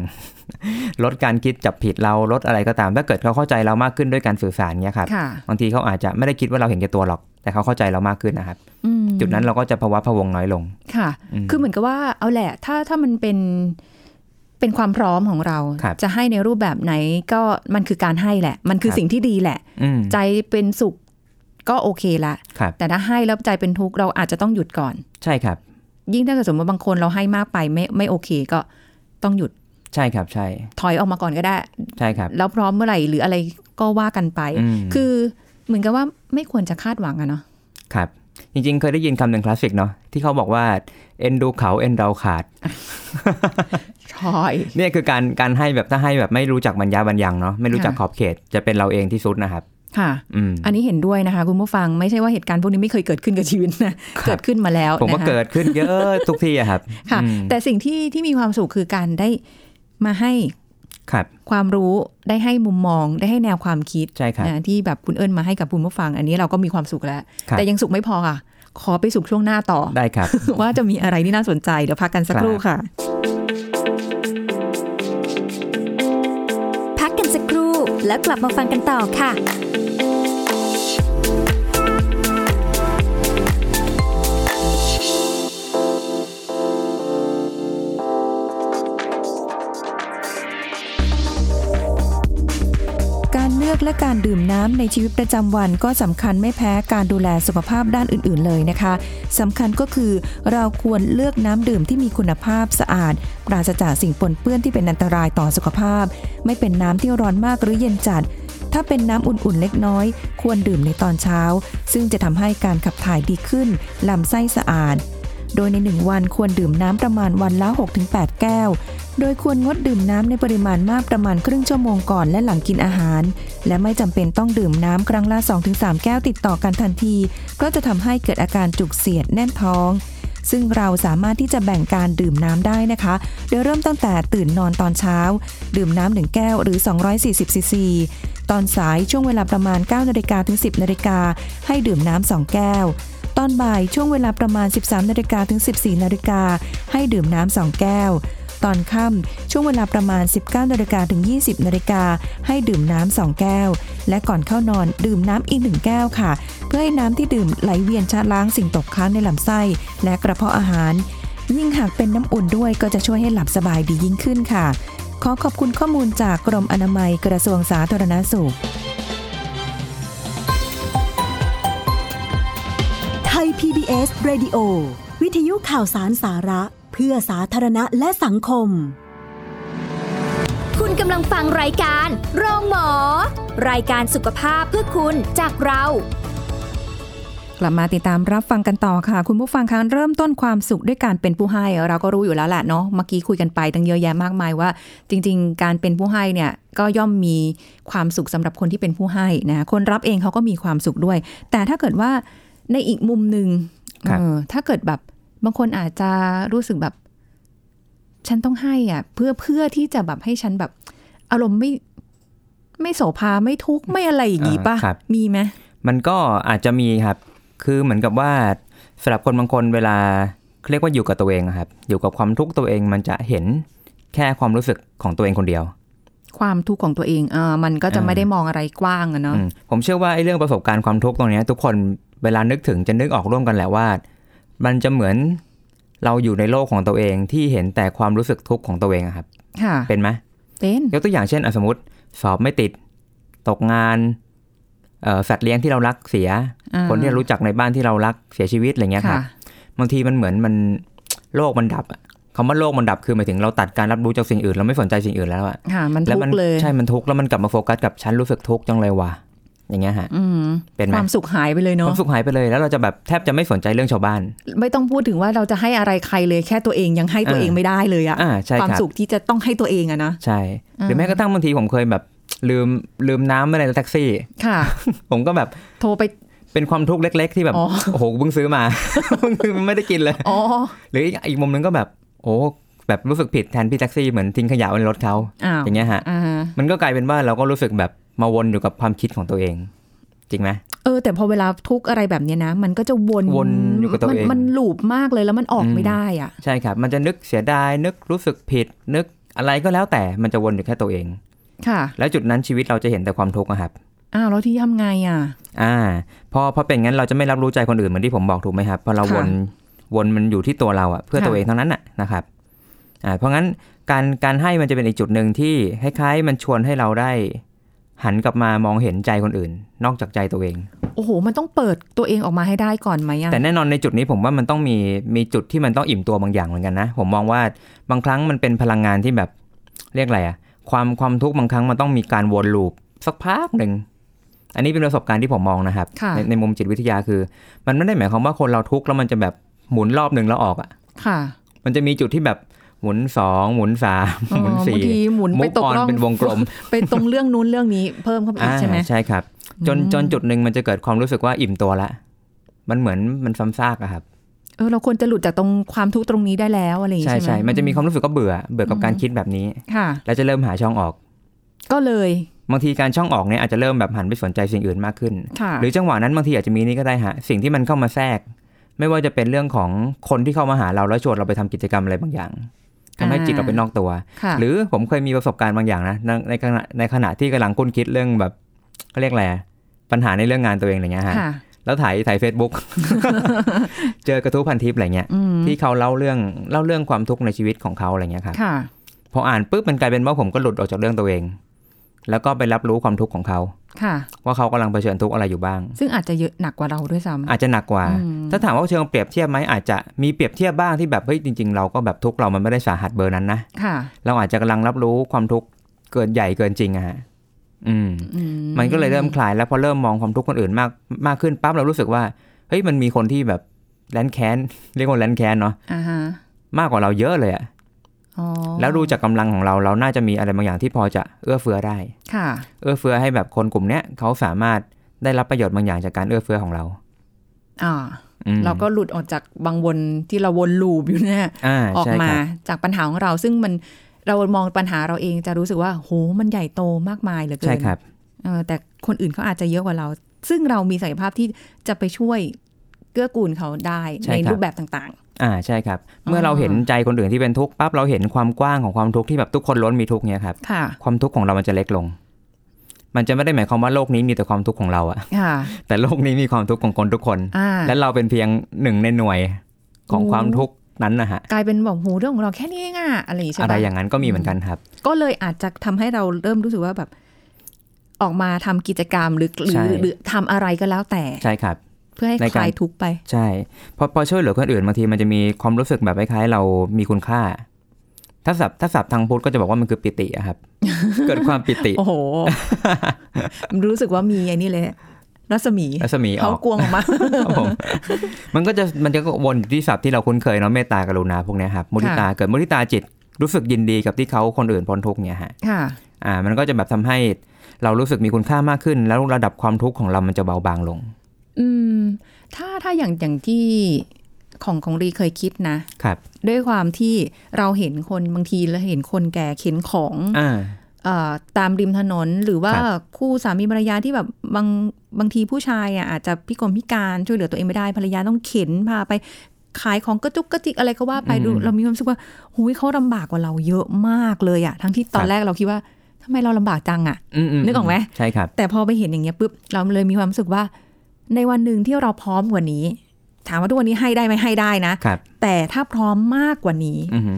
S2: ลดการคิดจับผิดเราลดอะไรก็ตาม ถ้าเกิดเขาเข้าใจเรามากขึ้นด้วยการสื่อสารเนี้ยครับ
S1: ค่ะ
S2: บางทีเขาอาจจะไม่ได้คิดว่าเราเห็นแก่ตัวหรอก แต่เขาเข้าใจเรามากขึ้นนะครับ
S1: อืม
S2: จุดนั้นเราก็จะภาวะพะวงน้อยลง
S1: ค่ะ
S2: อืม
S1: คือเหมือนกับว่า เอาแหละ ถ้า ถ้ามันเป็น เป็นความพร้อมของเรา
S2: ครับ
S1: จะให้ในรูปแบบไหน ก็ มันคือการให้แหละ มันคือสิ่งที่ดีแหละ
S2: อืม
S1: ใจเป็นสุข ก็โอเคละ
S2: ครับ
S1: แต่ถ้าให้แล้วใจเป็นทุกข์ เราอาจจะต้องหยุดก่อน
S2: ใช่ครับ
S1: ยิ่งถ้าเกิดสมมติบางคนเราให้มากไปไม่ ไม่โอเค ก็ต้องหยุด
S2: ใช่ครับ ใช่
S1: ถอยออกมาก่อนก็ได้
S2: ใช่ครับ
S1: แล้วพร้อมเมื่อไหร่ หรืออะไร ก็ว่ากันไป
S2: ม
S1: คือ เหมือนกับว่า ไม่ควรจะคาดหวังอะเนาะ
S2: ครับ จริงๆ เคยได้ยินคำหนึ่งคลาสสิกเนาะที่เขาบอกว่าเอ็นดูเขาเอ็นเราขาด
S1: ถอย
S2: เนี่ยคือการการให้แบบถ้าให้แบบไม่รู้จักบรรยาบรรยังเนาะไม่รู้จัก
S1: ค่ะ
S2: ขอบเขตจะเป็นเราเองที่สุดนะครับ
S1: ค่ะ
S2: อืม
S1: อันนี้เห็นด้วยนะคะคุณผู้ฟังไม่ใช่ว่าเหตุการณ์พวกนี้ไม่เคยเกิดขึ้นกับชีวิตนะ
S2: ครับ
S1: เกิดขึ้นมาแล้ว
S2: ผมว่า
S1: นะคะ
S2: เกิดขึ้นเยอะ ทุกที่อะครับ
S1: ค่ะ
S2: อืม
S1: แต่สิ่งที่ที่มีความสุขคือการได้มาให้
S2: ครับ
S1: ความรู้ได้ให้มุมมองได้ให้แนวความคิด
S2: ใช่ครับ
S1: นะที่แบบคุณเอิญมาให้กับคุณผู้ฟัง อันนี้เราก็มีความสุขแล้ว
S2: ครับ
S1: แต่ยังสุขไม่พอค่ะ ขอไปสู่ช่วงหน้าต่อ
S2: ได้ครับ
S1: ว่าจะมีอะไรที่น่าสนใจ เดี๋ยวพักกันสักครู่ค่ะ
S3: พักกันสักครู่แล้วกลับมาฟังกันต่อค่ะ
S1: การเลือกและการดื่มน้ำในชีวิตประจำวันก็สำคัญไม่แพ้การดูแลสุขภาพด้านอื่นๆเลยนะคะสำคัญก็คือเราควรเลือกน้ำดื่มที่มีคุณภาพสะอาด ปราศจากสิ่งปนเปื้อนที่เป็นอันตรายต่อสุขภาพ ไม่เป็นน้ำที่ร้อนมากหรือเย็นจัด ถ้าเป็นน้ำอุ่นๆเล็กน้อย ควรดื่มในตอนเช้า ซึ่งจะทำให้การขับถ่ายดีขึ้นลำไส้สะอาด โดยใน 1 วันควรดื่มน้ำประมาณวันละ 6-8 แก้ว โดยควรงดดื่มน้ำในปริมาณมากประมาณครึ่งชั่วโมงก่อนและหลังกินอาหาร และไม่จำเป็นต้องดื่มน้ำครั้งละ 2-3 แก้วติดต่อกันทันที ก็จะทำให้เกิดอาการจุกเสียดแน่นท้อง ซึ่งเราสามารถที่จะแบ่งการดื่มน้ำได้นะคะ โดยเริ่มตั้งแต่ตื่นนอนตอนเช้า ดื่มน้ำหนึ่งแก้วหรือ 240ซีซี ตอนสายช่วงเวลาประมาณ9นาฬิกาถึง 10นาฬิกาให้ดื่มน้ำสองแก้ว ตอนบ่ายช่วงเวลาประมาณ 13นาฬิกาถึง 14นาฬิกาให้ดื่มน้ำสองแก้ว ตอนค่ำช่วงเวลาประมาณ 19นาฬิกาถึง 20นาฬิกาให้ดื่มน้ำสองแก้ว และก่อนเข้านอนดื่มน้ำอีกหนึ่งแก้วค่ะ เพื่อให้น้ำที่ดื่มไหลเวียนชะล้างสิ่งตกค้างในลำไส้ และกระเพาะอาหาร ยิ่งหากเป็นน้ำอุ่นด้วยก็จะช่วยให้หลับสบายดียิ่งขึ้นค่ะ ขอขอบคุณข้อมูลจากกรมอนามัยกระทรวงสาธารณสุข
S4: ไทย PBS Radio วิทยุข่าวสารสาระ เพื่อสาธารณะและสังคม
S3: คุณกำลังฟังรายการโรงหมอ รายการสุขภาพเพื่อคุณจากเรา
S1: กลับมาติดตามรับฟังกันต่อค่ะ คุณผู้ฟังคะเริ่มต้นความสุขด้วยการเป็นผู้ให้ เราก็รู้อยู่แล้วแหละเนาะเมื่อกี้คุยกันไปตั้งเยอะแยะมากมายว่า จริง ๆ การเป็นผู้ให้เนี่ยก็ย่อมมีความสุขสำหรับคนที่เป็นผู้ให้นะคนรับเองเขาก็มีความสุขด้วย แต่ถ้าเกิดว่าในอีกมุมหนึ่ง
S2: ครับ
S1: เออถ้าเกิดแบบบางคนอาจจะรู้สึกแบบ ฉันต้องให้อ่ะเพื่อเพื่อที่จะแบบให้ฉันแบบ อารมณ์ไม่ไม่โสภาไม่ทุกข์ไม่อะไรอย่างงี้ป่ะ
S2: อ่าครับ
S1: มีไหม
S2: มันก็อาจจะมีครับ คือเหมือนกับว่าสำหรับคนบางคนเวลาเรียกว่าอยู่กับตัวเองอะครับ อยู่กับความทุกข์ตัวเองมันจะเห็นแค่ความรู้สึกของตัวเองคนเดียว
S1: ความทุกข์ของตัวเองเออมันก็จะ
S2: อ่า
S1: ไม่ได้มองอะไรกว้างอะเนาะ
S2: อืมผมเชื่อว่าไอ้เรื่องประสบการณ์ความทุกข์ตรงเนี้ยทุกคนเวลานึกถึงจะนึกออกร่วมกันแหละว่า มันจะเหมือนเราอยู่ในโลกของตัวเองที่เห็นแต่ความรู้สึกทุกข์ของตัวเองอะครับ
S1: ค่ะ
S2: เป็นไหม
S1: เป็น
S2: ยกตัวอย่างเช่นอ่ะสมมติ สอบไม่ติด ตกงานเอ่อสัตว์เลี้ยงที่เรารักเสีย
S1: อ่า
S2: คนที่เรารู้จักในบ้านที่เรารักเสียชีวิตอะไรเงี้ยครั
S1: ค่ะ
S2: บ บางทีมันเหมือนมัน โลกมันดับอะคำว่าโลกมันดับคือหมายถึงเราตัดการรับรู้จากสิ่งอื่น เราไม่สนใจสิ่งอื่นแล้วอะ
S1: ค่ะ มัน
S2: แล้ว
S1: ทุก
S2: มั
S1: ข์เลย
S2: ใช่มันทุกข์แล้วมันกลับมาโฟกัสกับฉันรู้สึกทุกข์จังเลยว่ะอย่างเงี้ยฮะ
S1: อืม
S2: เป็นไหม
S1: ความสุขหายไปเลย
S2: ค
S1: เนาะ
S2: วามสุขหายไปเลยแล้วเราจะแบบแทบจะไม่สนใจเรื่องชาวบ้าน
S1: ไม่ต้องพูดถึงว่าเราจะให้อะไรใครเลย แค่ตัวเองยังให้ตัว
S2: เออ
S1: เองไม่ได้เลยอะ
S2: อ่าใช่
S1: ความ
S2: ครับ
S1: สุขที่จะต้องให้ตัวเองอะนะ
S2: ใช่หรือแม้กระทั่งบางทีผมเคยแบบลืมลืมน้ำไว้ในแท็กซี่
S1: ค่ะ
S2: ผมก็แบบ
S1: โทรไป
S2: เป็นความทุกข์เล็ก ๆ ที่แบบ
S1: อ๋อ
S2: โอ้โหกูเพิ่งซื้อมา เพิ่งซื้อมาไม่ได้กินเลย
S1: อ๋อ
S2: หรืออีกอีกมุมนึงก็แบบโอ้แบบรู้สึกผิดแทนพี่แท็กซี่เหมือนทิ้งขยะไว้ในรถเขา
S1: อ้าว
S2: อย่างเงี้ยฮะ
S1: อ่า
S2: มันก็กลายเป็นว่าเราก็รู้สึกแบบมาวนอยู่กับความคิดของตัวเอง จริงไหม
S1: เออ แต่พอเวลาทุกข์อะไรแบบเนี้ยนะ มันก็จะวน
S2: วนอยู่กับตัว
S1: มัน
S2: เอง
S1: มันลูบมากเลยแล้วมันออก
S2: อืม
S1: ไม่ได้อะ
S2: ใช่ครับ มันจะนึกเสียดายนึกรู้สึกผิด นึกอะไรก็แล้วแต่มันจะวนอยู่แค่ตัวเอง
S1: ค่ะ
S2: แล้วจุดนั้นชีวิตเราจะเห็นแต่ความทุกข์อะครับ
S1: อ้าวแล้วที่ทำไงอะ
S2: อ่าพอพอเป็นงั้นเราจะไม่รับรู้ใจคนอื่นเหมือนที่ผมบอกถูกไหมครับพอเรา
S1: ค่ะ
S2: วนวนมันอยู่ที่ตัวเราอะเพื่อ
S1: ค่ะ
S2: ตัวเองเท่านั้นน่ะนะครับอ่าเพราะงั้นการการให้มันจะเป็นอีกจุดหนึ่งที่คล้ายๆ มันชวนให้เราได้ หันกลับมามองเห็นใจคนอื่น นอกจากใจตัวเอง
S1: โอ้โห มันต้องเปิดตัวเองออกมาให้ได้ก่อนไหมอะ
S2: แต่แน่นอนในจุดนี้ผมว่ามันต้องมีมีจุดที่มันต้องอิ่มตัวบางอย่างเหมือนกันนะ ผมมองว่าบางครั้งมันเป็นพลังงานที่แบบเรียกอะไรอะความความทุกข์บางครั้งมันต้องมีการวนลูปสักพักหนึ่งอันนี้เป็นประสบการณ์ที่ผมมองนะครับ
S1: ค่ะ
S2: ในในมุมจิตวิทยาคือ มันไม่ได้หมายความว่าคนเราทุกข์แล้วมันจะแบบหมุนรอบหนึ่งแล้วออกอะ
S1: ค่ะ
S2: มันจะมีจุดที่แบบหมุนสองหมุนสาม
S1: เออ
S2: หมุน
S1: บาง
S2: สี่
S1: ทีหมุนไป
S2: move
S1: ตก
S2: on
S1: รอบ
S2: เป็นวงกลม
S1: ไปตรงเรื่องนู้นเรื่องนี้เพิ่มเข้าไปอีก
S2: อ่า
S1: ใช่ไหม
S2: ใช่ครับ จน
S1: อืม
S2: จนจุดหนึ่งมันจะเกิดความรู้สึกว่าอิ่มตัวละมันเหมือนมันซ้ำซากอะครับ
S1: เออเราควรจะหลุดจากตรงความทุกข์ตรงนี้ได้แล้วอะไรอย่าง
S2: ใช่
S1: งี้
S2: ใช่
S1: ใช่ไหม
S2: มันจะมีความรู้สึกก็เบื่อ เบื่อกับการคิดแบบนี้
S1: ค่ะ
S2: แล้วจะเริ่มหาช่องออก
S1: ก็เลย
S2: บางทีการช่องออกเนี่ยอาจจะเริ่มแบบหันไปสนใจสิ่งอื่นมากขึ้น
S1: ค่ะ
S2: หรือจังหวะนั้นบางทีอาจจะมีนี่ก็ได้ฮะ สิ่งที่มันเข้ามาแทรก ไม่ว่าจะเป็นเรื่องของคนที่เข้ามาหาเราแล้วชวนเราไปทำกิจกรรมอะไรบางอย่างทำให้จิตเราไปนอกตัว
S1: ค่ะ
S2: หรือผมเคยมีประสบการณ์บางอย่างนะในในขณะในขณะที่กำลังคุ้นคิดเรื่องแบบเขาเรียกอะไรอะปัญหาในเรื่องงานตัวเองอะไรเงี้ยฮะ
S1: ค่ะ
S2: แล้วถ่ายถ่ายเฟซ บุ๊ก เจอกระทู้พันทิปอะไรเงี้ย
S1: อืม
S2: ที่เขาเล่าเรื่องเล่าเรื่องความทุกข์ในชีวิตของเขาอะไรเงี้ยครับ
S1: ค่ะ
S2: พออ่านปุ๊บมันกลายเป็นว่าผมก็หลุดออกจากเรื่องตัวเอง แล้วก็ไปรับรู้ความทุกข์ของเขา
S1: ค่ะ
S2: ว่าเขากำลังเผชิญทุกข์อะไรอยู่บ้าง
S1: ซึ่งอาจจะเยอะหนักกว่าเราด้วยซ้ำ
S2: อาจจะหนักกว่า
S1: อืม
S2: ถ้าถามว่าเชิงเปรียบเทียบไหมอาจจะมีเปรียบเทียบบ้างที่แบบเฮ้ยจริงๆ เราก็แบบทุกข์เรามันไม่ได้สาหัสเบอร์นั้นนะ
S1: ค่ะ
S2: เราอาจจะกำลังรับรู้ความทุกข์เกิดใหญ่เกินจริงอะฮะ อืม
S1: อื
S2: มันก็เลยเริ่มคลายแล้วพอเริ่มมองความทุกข์คนอื่นมากมากขึ้นปั๊บเรารู้สึกว่า เฮ้ยมันมีคนที่แบบแรนแค้น เรียกว่าแรนแค้นเนาะ
S1: อ่าฮะ
S2: มากกว่าเราเยอะเลยอะ
S1: อ๋อ
S2: แล้วดูจากกำลังของเราเราน่าจะมีอะไรบางอย่างที่พอจะเอื้อเฟื้อได้
S1: ค่ะ
S2: เอื้อเฟื้อให้แบบคนกลุ่มเนี้ยเขาสามารถได้รับประโยชน์บางอย่างจากการเอื้อเฟื้อของเรา
S1: อ่า
S2: อืม
S1: เราก็หลุดออกจากบางวนที่เราวนลูปอยู่เนี่ย
S2: อ่า
S1: ออก
S2: ใช่
S1: มา
S2: ครับ
S1: จากปัญหาของเรา ซึ่งมันเรามองปัญหาเราเองจะรู้สึกว่าโหมันใหญ่โตมากมายเหลือเกิ
S2: ใช่
S1: น
S2: ครับ
S1: เออแต่คนอื่นเขาอาจจะเยอะกว่าเรา ซึ่งเรามีศักยภาพที่จะไปช่วยเกื้อกูลเขาได้
S2: ใช่
S1: ใน
S2: ครับ
S1: รูปแบบต่าง
S2: อ่าใช่ครับ เมื่อ
S1: อ
S2: เราเห็นใจคนอื่นที่เป็นทุกข์ปั๊บเราเห็นความกว้างของความทุกข์ที่แบบทุกคนล้วนมีทุกข์เนี่ยครับ
S1: ๆ ค่ะ
S2: ความทุกข์ของเรามันจะเล็กลง มันจะไม่ได้หมายความว่าโลกนี้มีแต่ความทุกข์ของเราอะ
S1: ค่ะ
S2: แต่โลกนี้มีความทุกข์ของคนทุกคน
S1: อ่า
S2: และเราเป็นเพียงหนึ่งในหน่วยของ
S1: โอ้
S2: ความทุกข์นั้นนะฮะ
S1: กลายเป็นบอกโหเรื่องของเราแค่นี้เองอะอะไรอย่างงี้ใช่
S2: อะไร
S1: ปะ
S2: อย่างนั้นก็มีเหมือนกันครับ
S1: ก็เลยอาจจะทำให้เราเริ่มรู้สึกว่าแบบ ออกมาทำกิจกรรมหรือหรื
S2: ใช่
S1: อหรือทำอะไรก็แล้วแต่
S2: ใช่ครับ
S1: เพื่อให้
S2: ใน
S1: ค
S2: การ
S1: ลายทุกข์ไป
S2: ใช่พอพอช่วยเหลือคนอื่นบางทีมันจะมีความรู้สึกแบบคล้ายๆเรามีคุณค่า ถ้าศัพท์ถ้าศัพท์ทางพุทธก็จะบอกว่ามันคือปิติอะ ครับ เกิดความปิติ
S1: โอ้โห รู้สึกว่ามีไอ้นี่เลยรัศมี
S2: รัศมีอ
S1: เขา
S2: อก
S1: กวงออกมา
S2: ครับผมมันก็จะมันจะวนอยู่ที่ศัพท์ที่เราคุ้นเคยเนาะเมตตากรุณาพวกเนี้ยครับมุทิตาเกิดมุทิตาจิตรู้สึกยินดีกับที่เขาคนอื่นพ้นทุกข์เนี่ยฮะ
S1: ค่ะ
S2: อ่า มันก็จะแบบทำให้เรารู้สึกมีคุณค่ามากขึ้น แล้วระดับความทุกข์ของเรามันจะเบาบางลง
S1: อืม ถ้าถ้าอย่างอย่างที่ของของรีเคยคิดนะ
S2: ครับ
S1: ด้วยความที่เราเห็นคนบางทีเราเห็นคนแก่เข็นของ
S2: อ่า
S1: เอ่อตามริมถนนหรือว่า
S2: ครับ
S1: คู่สามีภรรยาที่แบบบางบางทีผู้ชายอ่ะอาจจะพิกลพิการช่วยเหลือตัวเองไม่ได้ภรรยาต้องเข็นพาไปขายของกระจุกกระจิกอะไรก็ว่าไป
S2: อืม
S1: ดู เรามีความรู้สึกว่าหุยเขาลำบากกว่าเราเยอะมากเลยอ่ะทั้งที่ตอ
S2: ครั
S1: น
S2: บ
S1: แรกเราคิดว่าทำไมเราลำบากจังอ่ะ
S2: อืม
S1: นึกออกไหม
S2: ใช่ครับ
S1: แต่พอไปเห็นอย่างเงี้ยปุ๊บเราเลยมีความรู้สึกว่า ในวันหนึ่งที่เราพร้อมกว่านี้ ถามว่าทุกวันนี้ให้ได้ไหมให้ได้นะ
S2: ครับ
S1: แต่ถ้าพร้อมมากกว่านี้
S2: อือฮึ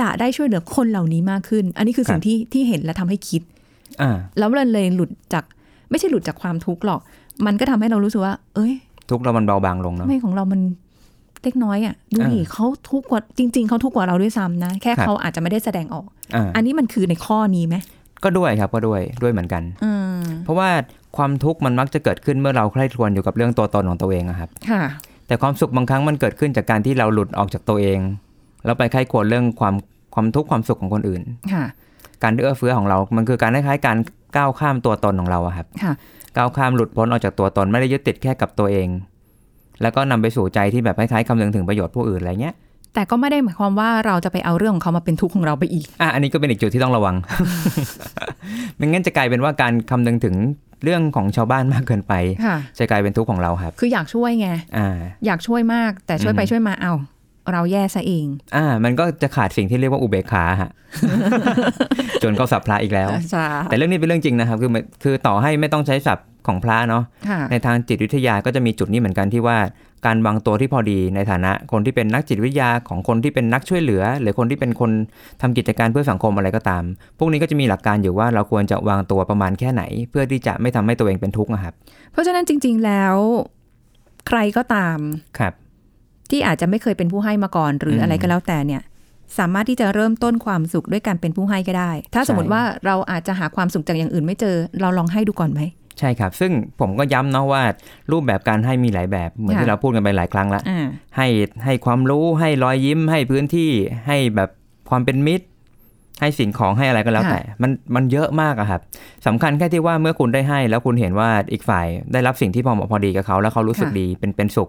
S1: จะได้ช่วยเหลือคนเหล่านี้มากขึ้น อันนี้คือสิ่ง
S2: ครับ
S1: ที่ที่เห็นและทำให้คิด
S2: อ่า
S1: แล้วมันเลยหลุดจากไม่ใช่หลุดจากความทุกข์หรอก มันก็ทำให้เรารู้สึกว่า เอ้ย
S2: ทุกข์เรามันเบาบางลง
S1: ทำ
S2: เนาะ
S1: ไมของเรามันเล็กน้อยอะ่ะ ดูดิ
S2: อ่า
S1: เขาทุกข์กว่าจริง ๆเขาทุกข์กว่าเราด้วยซ้ำนะ แค่
S2: ครับ
S1: เขาอาจจะไม่ได้แสดงออก
S2: อ่า
S1: อันนี้มันคือในข้อนี้ไหม
S2: ก็ด้วยครับก็ด้วยด้วยเหมือนกัน
S1: อืม
S2: เพราะว่าความทุกข์มันมักจะเกิดขึ้นเมื่อเราใคร่ครวญอยู่กับเรื่องตัวตนของตัวเองอะครับ
S1: ค่ะ
S2: แต่ความสุขบางครั้งมันเกิดขึ้นจากการที่เราหลุดออกจากตัวเอง แล้วไปไข้ควรเรื่องความความทุกข์ความสุขของคนอื่น
S1: ค่ะ
S2: การเอื้อเฟื้อของเรา มันคือการคล้ายๆการก้าวข้ามตัวตนของเราอะครับ
S1: ค่ะ
S2: ก้าวข้ามหลุดพ้นออกจากตัวตนไม่ได้ยึดติดแค่กับตัวเอง แล้วก็นำไปสู่ใจที่แบบคล้ายๆคำนึงถึงประโยชน์ผู้อื่นอะไรเงี้ย
S1: แต่ก็ไม่ได้หมายความว่าเราจะไปเอาเรื่องของเขามาเป็นทุกข์ของเราไปอีก
S2: อ่ะอันนี้ก็เป็นอีกจุดที่ต้องระ วัง ไม่งั้นจะกลายเป็นว่าการคำนึงถึงเรื่องของชาวบ้านมากเกินไป
S1: ค่ะ
S2: จะกลายเป็นทุกข์ของเราครับ
S1: คืออยากช่วยไง
S2: อ่า
S1: อยากช่วยมาก แต่ช่วยไป
S2: อืม
S1: ช่วยมาเอา เราแย่ซะเอง
S2: อ่า มันก็จะขาดสิ่งที่เรียกว่าอุเบกขา ฮะ จนเข้าสับพระอีกแล้ว
S1: จ้า
S2: แต่เรื่องนี้เป็นเรื่องจริงนะครับ คือมันคือต่อให้ไม่ต้องใช้ศัพท์ของพระ เนาะ
S1: ค่ะ
S2: ในทางจิตวิทยาก็จะมีจุดนี้เหมือนกันที่ว่า การวางตัวที่พอดีในฐานะคนที่เป็นนักจิตวิทยาของคนที่เป็นนักช่วยเหลือ หรือคนที่เป็นคนทำกิจการเพื่อสังคมอะไรก็ตาม พวกนี้ก็จะมีหลักการอยู่ว่าเราควรจะวางตัวประมาณแค่ไหน เพื่อที่จะไม่ทำให้ตัวเองเป็นทุกข์นะครับ
S1: เพราะฉะนั้นจริง ๆ แล้ว ใครก็ตาม
S2: ครับ
S1: ที่อาจจะไม่เคยเป็นผู้ให้มาก่อน หรือ
S2: ม
S1: อะไรก็แล้วแต่เนี่ย สามารถที่จะเริ่มต้นความสุขด้วยการเป็นผู้ให้ก็ได้ ถ้า
S2: ใช่
S1: สมมติว่าเราอาจจะหาความสุขจากอย่างอื่นไม่เจอ เราลองให้ดูก่อนไหม
S2: ใช่ครับ ซึ่งผมก็ย้ำเนาะว่ารูปแบบการให้มีหลายแบบเหมือน
S1: ค่ะ
S2: ที่เราพูดกันไปหลายครั้งละ
S1: อ่า
S2: ให้ให้ความรู้ให้รอยยิ้มให้พื้นที่ให้แบบความเป็นมิตร ให้สิ่งของให้อะไรก็แล้ว
S1: ค่ะ
S2: แต่ มันมันเยอะมากอะครับสำคัญแค่ที่ว่าเมื่อคุณได้ให้แล้วคุณเห็นว่าอีกฝ่ายได้รับสิ่งที่พอเหมาะพอดีกับเขา แล้วเขารู้สึกดีเป็นเป็นสุข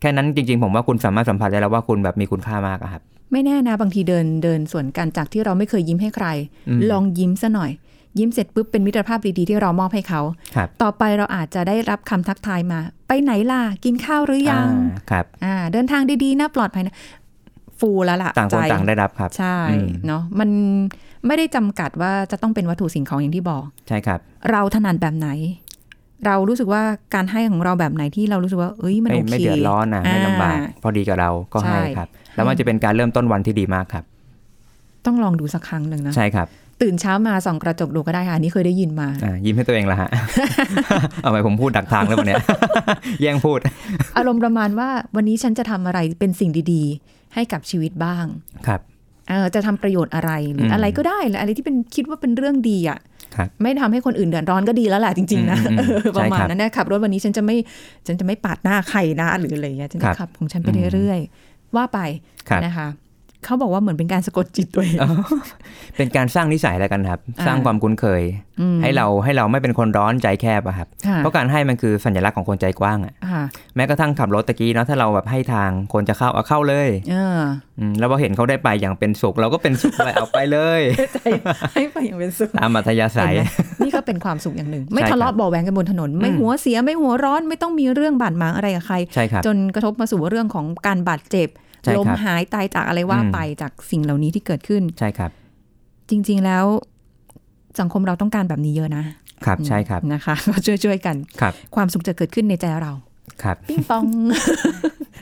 S2: แค่นั้นจริงๆ ผมว่าคุณสามารถสัมผัสได้แล้วว่าคุณแบบมีคุณค่ามากอะครับ
S1: ไม่แน่นะบางทีเดินเดินสวนกันจากที่เราไม่เคยยิ้มให้ใคร
S2: อืม
S1: ลองยิ้มซะหน่อย ยิ้มเสร็จปุ๊บเป็นมิตรภาพดีๆที่เรามอบให้เขา
S2: ครับ
S1: ต่อไปเราอาจจะได้รับคำทักทายมา ไปไหนล่ะ กินข้าวหรือยัง
S2: อ่าครับ
S1: อ่า เดินทางดีๆนะปลอดภัยนะ ฟูแล้วล่ะ
S2: ต่างคน
S1: ใจ
S2: ต่างได้รับครับ
S1: ใช่
S2: อืม
S1: เนาะมันไม่ได้จำกัดว่าจะต้องเป็นวัตถุสิ่งของอย่างที่บอก
S2: ใช่ครับ
S1: เราถนัดแบบไหน เรารู้สึกว่าการให้ของเราแบบไหนที่เรารู้สึกว่าเอ้ยมัน
S2: ไม่
S1: โอเค
S2: ไม่เดือดร้อนนะไม่ลำบาก
S1: อ่า
S2: พอดีกับเราก็ให้
S1: ใช่
S2: ครับ แล้วมันจะเป็นการเริ่มต้นวันที่ดีมากครับ
S1: ต้องลองดูสักครั้งหนึ่งนะ
S2: ใช่ครับ
S1: ตื่นเช้ามาส่องกระจกดูก็ได้ค่ะอันนี่เคยได้ยินมา
S2: อ่ายิ้มให้ตัวเอง ละฮะ เอาไปผมพูดดักทางแล้ววันเนี้ย แย่งพูด
S1: อารมณ์ประมาณว่าวันนี้ฉันจะทำอะไรเป็นสิ่งดีๆ ให้กับชีวิตบ้าง
S2: ครับ
S1: เออจะทำประโยชน์อะไรหรือ
S2: ม
S1: อะไรก็ได้แหละอะไรที่เป็นคิดว่าเป็นเรื่องดีอะ
S2: ครั่
S1: ะ
S2: บ
S1: ไม่ทำให้คนอื่นเดือดร้อนก็ดีแล้วแหละจริงๆนะ
S2: อืมอืม
S1: เออ
S2: ใช่ครับ
S1: ประมาณนั้นนะขับรถวันนี้ฉันจะไม่ฉันจะไม่ปาดหน้าใครนะหรืออะไรอย่างเงี้ยฉัน
S2: ครั
S1: จะ
S2: บ
S1: ขับของฉันไปเรื่อยๆว่าไป
S2: ครับ
S1: นะคะเขาบอกว่าเหมือนเป็นการสะกดจิตตัวเอง
S2: เป็นการสร้างนิสัยแล้วกันครับ
S1: อ่า
S2: สร้างความคุ้นเคย
S1: อืม
S2: ให้เราให้เราไม่เป็นคนร้อนใจแคบอะครับ
S1: ค่ะ
S2: เพราะการให้มันคือสัญลักษณ์ของคนใจกว้างอะ
S1: ค่ะ
S2: แม้กระทั่งขับรถตะกี้เนาะถ้าเราแบบให้ทางคนจะเข้าเอาเข้าเลย
S1: เออ
S2: อืมแล้วพอเห็นเขาได้ไปอย่างเป็นสุข เราก็เป็นสุขไป เอาไปเลย
S1: ให้ไปอย่างเป็นสุข
S2: ตามอัธยาศัย
S1: เห็นไหมนี่ก็เป็นความสุขอย่างหนึ่ง ไม่
S2: ใช่
S1: ทะเลาะ
S2: ครับ
S1: เบาะแวงกันบนถนน ไม่
S2: อืม
S1: หัวเสียไม่หัวร้อนไม่ต้องมีเรื่องบาดหมางอะไรกับใคร
S2: ใช่ครับ
S1: จนกระทบมาสู่เรื่องของการบาดเจ็บ
S2: ใช่ครับ
S1: ลมหายตายจากอะไรว่า
S2: อืม
S1: ไปจากสิ่งเหล่านี้ที่เกิดขึ้น
S2: ใช่ครับ
S1: จริง ๆแล้วสังคมเราต้องการแบบนี้เยอะนะครับ
S2: ใช่ครับ
S1: นะคะ ก็ช่วยๆกัน
S2: ครับ
S1: ความสุขจะเกิดขึ้นในใจเรา
S2: ครับ
S1: ปิ้งปอง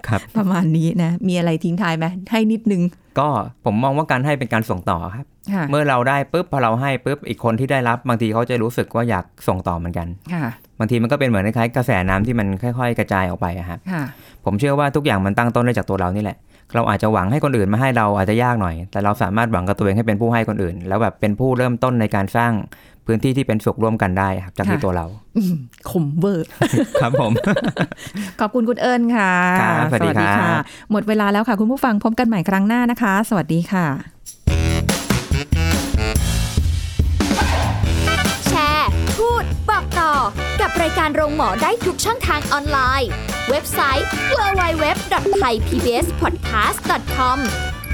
S2: ครับ
S1: ประมาณนี้นะ มีอะไรทิ้งท้ายไหมให้นิดนึง
S2: ก็ผมมองว่าการให้เป็นการส่งต่อครับ
S1: ค่ะ
S2: เมื่อเราได้ปุ๊บพอเราให้ปุ๊บอีกคนที่ได้รับบางทีเขาจะรู้สึกว่าอยากส่งต่อเหมือนกัน
S1: ค่ะ
S2: บางทีมันก็เป็นเหมือนคล้ายๆกระแสน้ำที่มันค่อย ๆ กระจายออกไปอะครับ
S1: ค่ะ
S2: ผมเชื่อว่าทุกอย่างมันตั้งต้นได้จากตัวเรานี่แหละ เราอาจจะหวังให้คนอื่นมาให้เราอาจจะยากหน่อย แต่เราสามารถหวังกับตัวเองให้เป็นผู้ให้คนอื่น แล้วแบบเป็นผู้เริ่มต้นในการสร้างพื้นที่ที่เป็นสุขร่วมกันได้ครับจากที่
S1: ค่ะ
S2: ตัวเรา
S1: ขมเวอร์
S2: ครับผม
S1: ขอบคุณคุณเอิญค่ะ
S2: ครับสวัสดีครับ
S1: หมดเวลาแล้วค่ะ คุณผู้ฟังพบกันใหม่ครั้งหน้านะคะ สวัสดีค่ะ
S3: แชร์ พูด บอกต่อ กับรายการโรงหมอได้ทุกช่องทางออนไลน์ เว็บไซต์ www.thaipbspodcast.com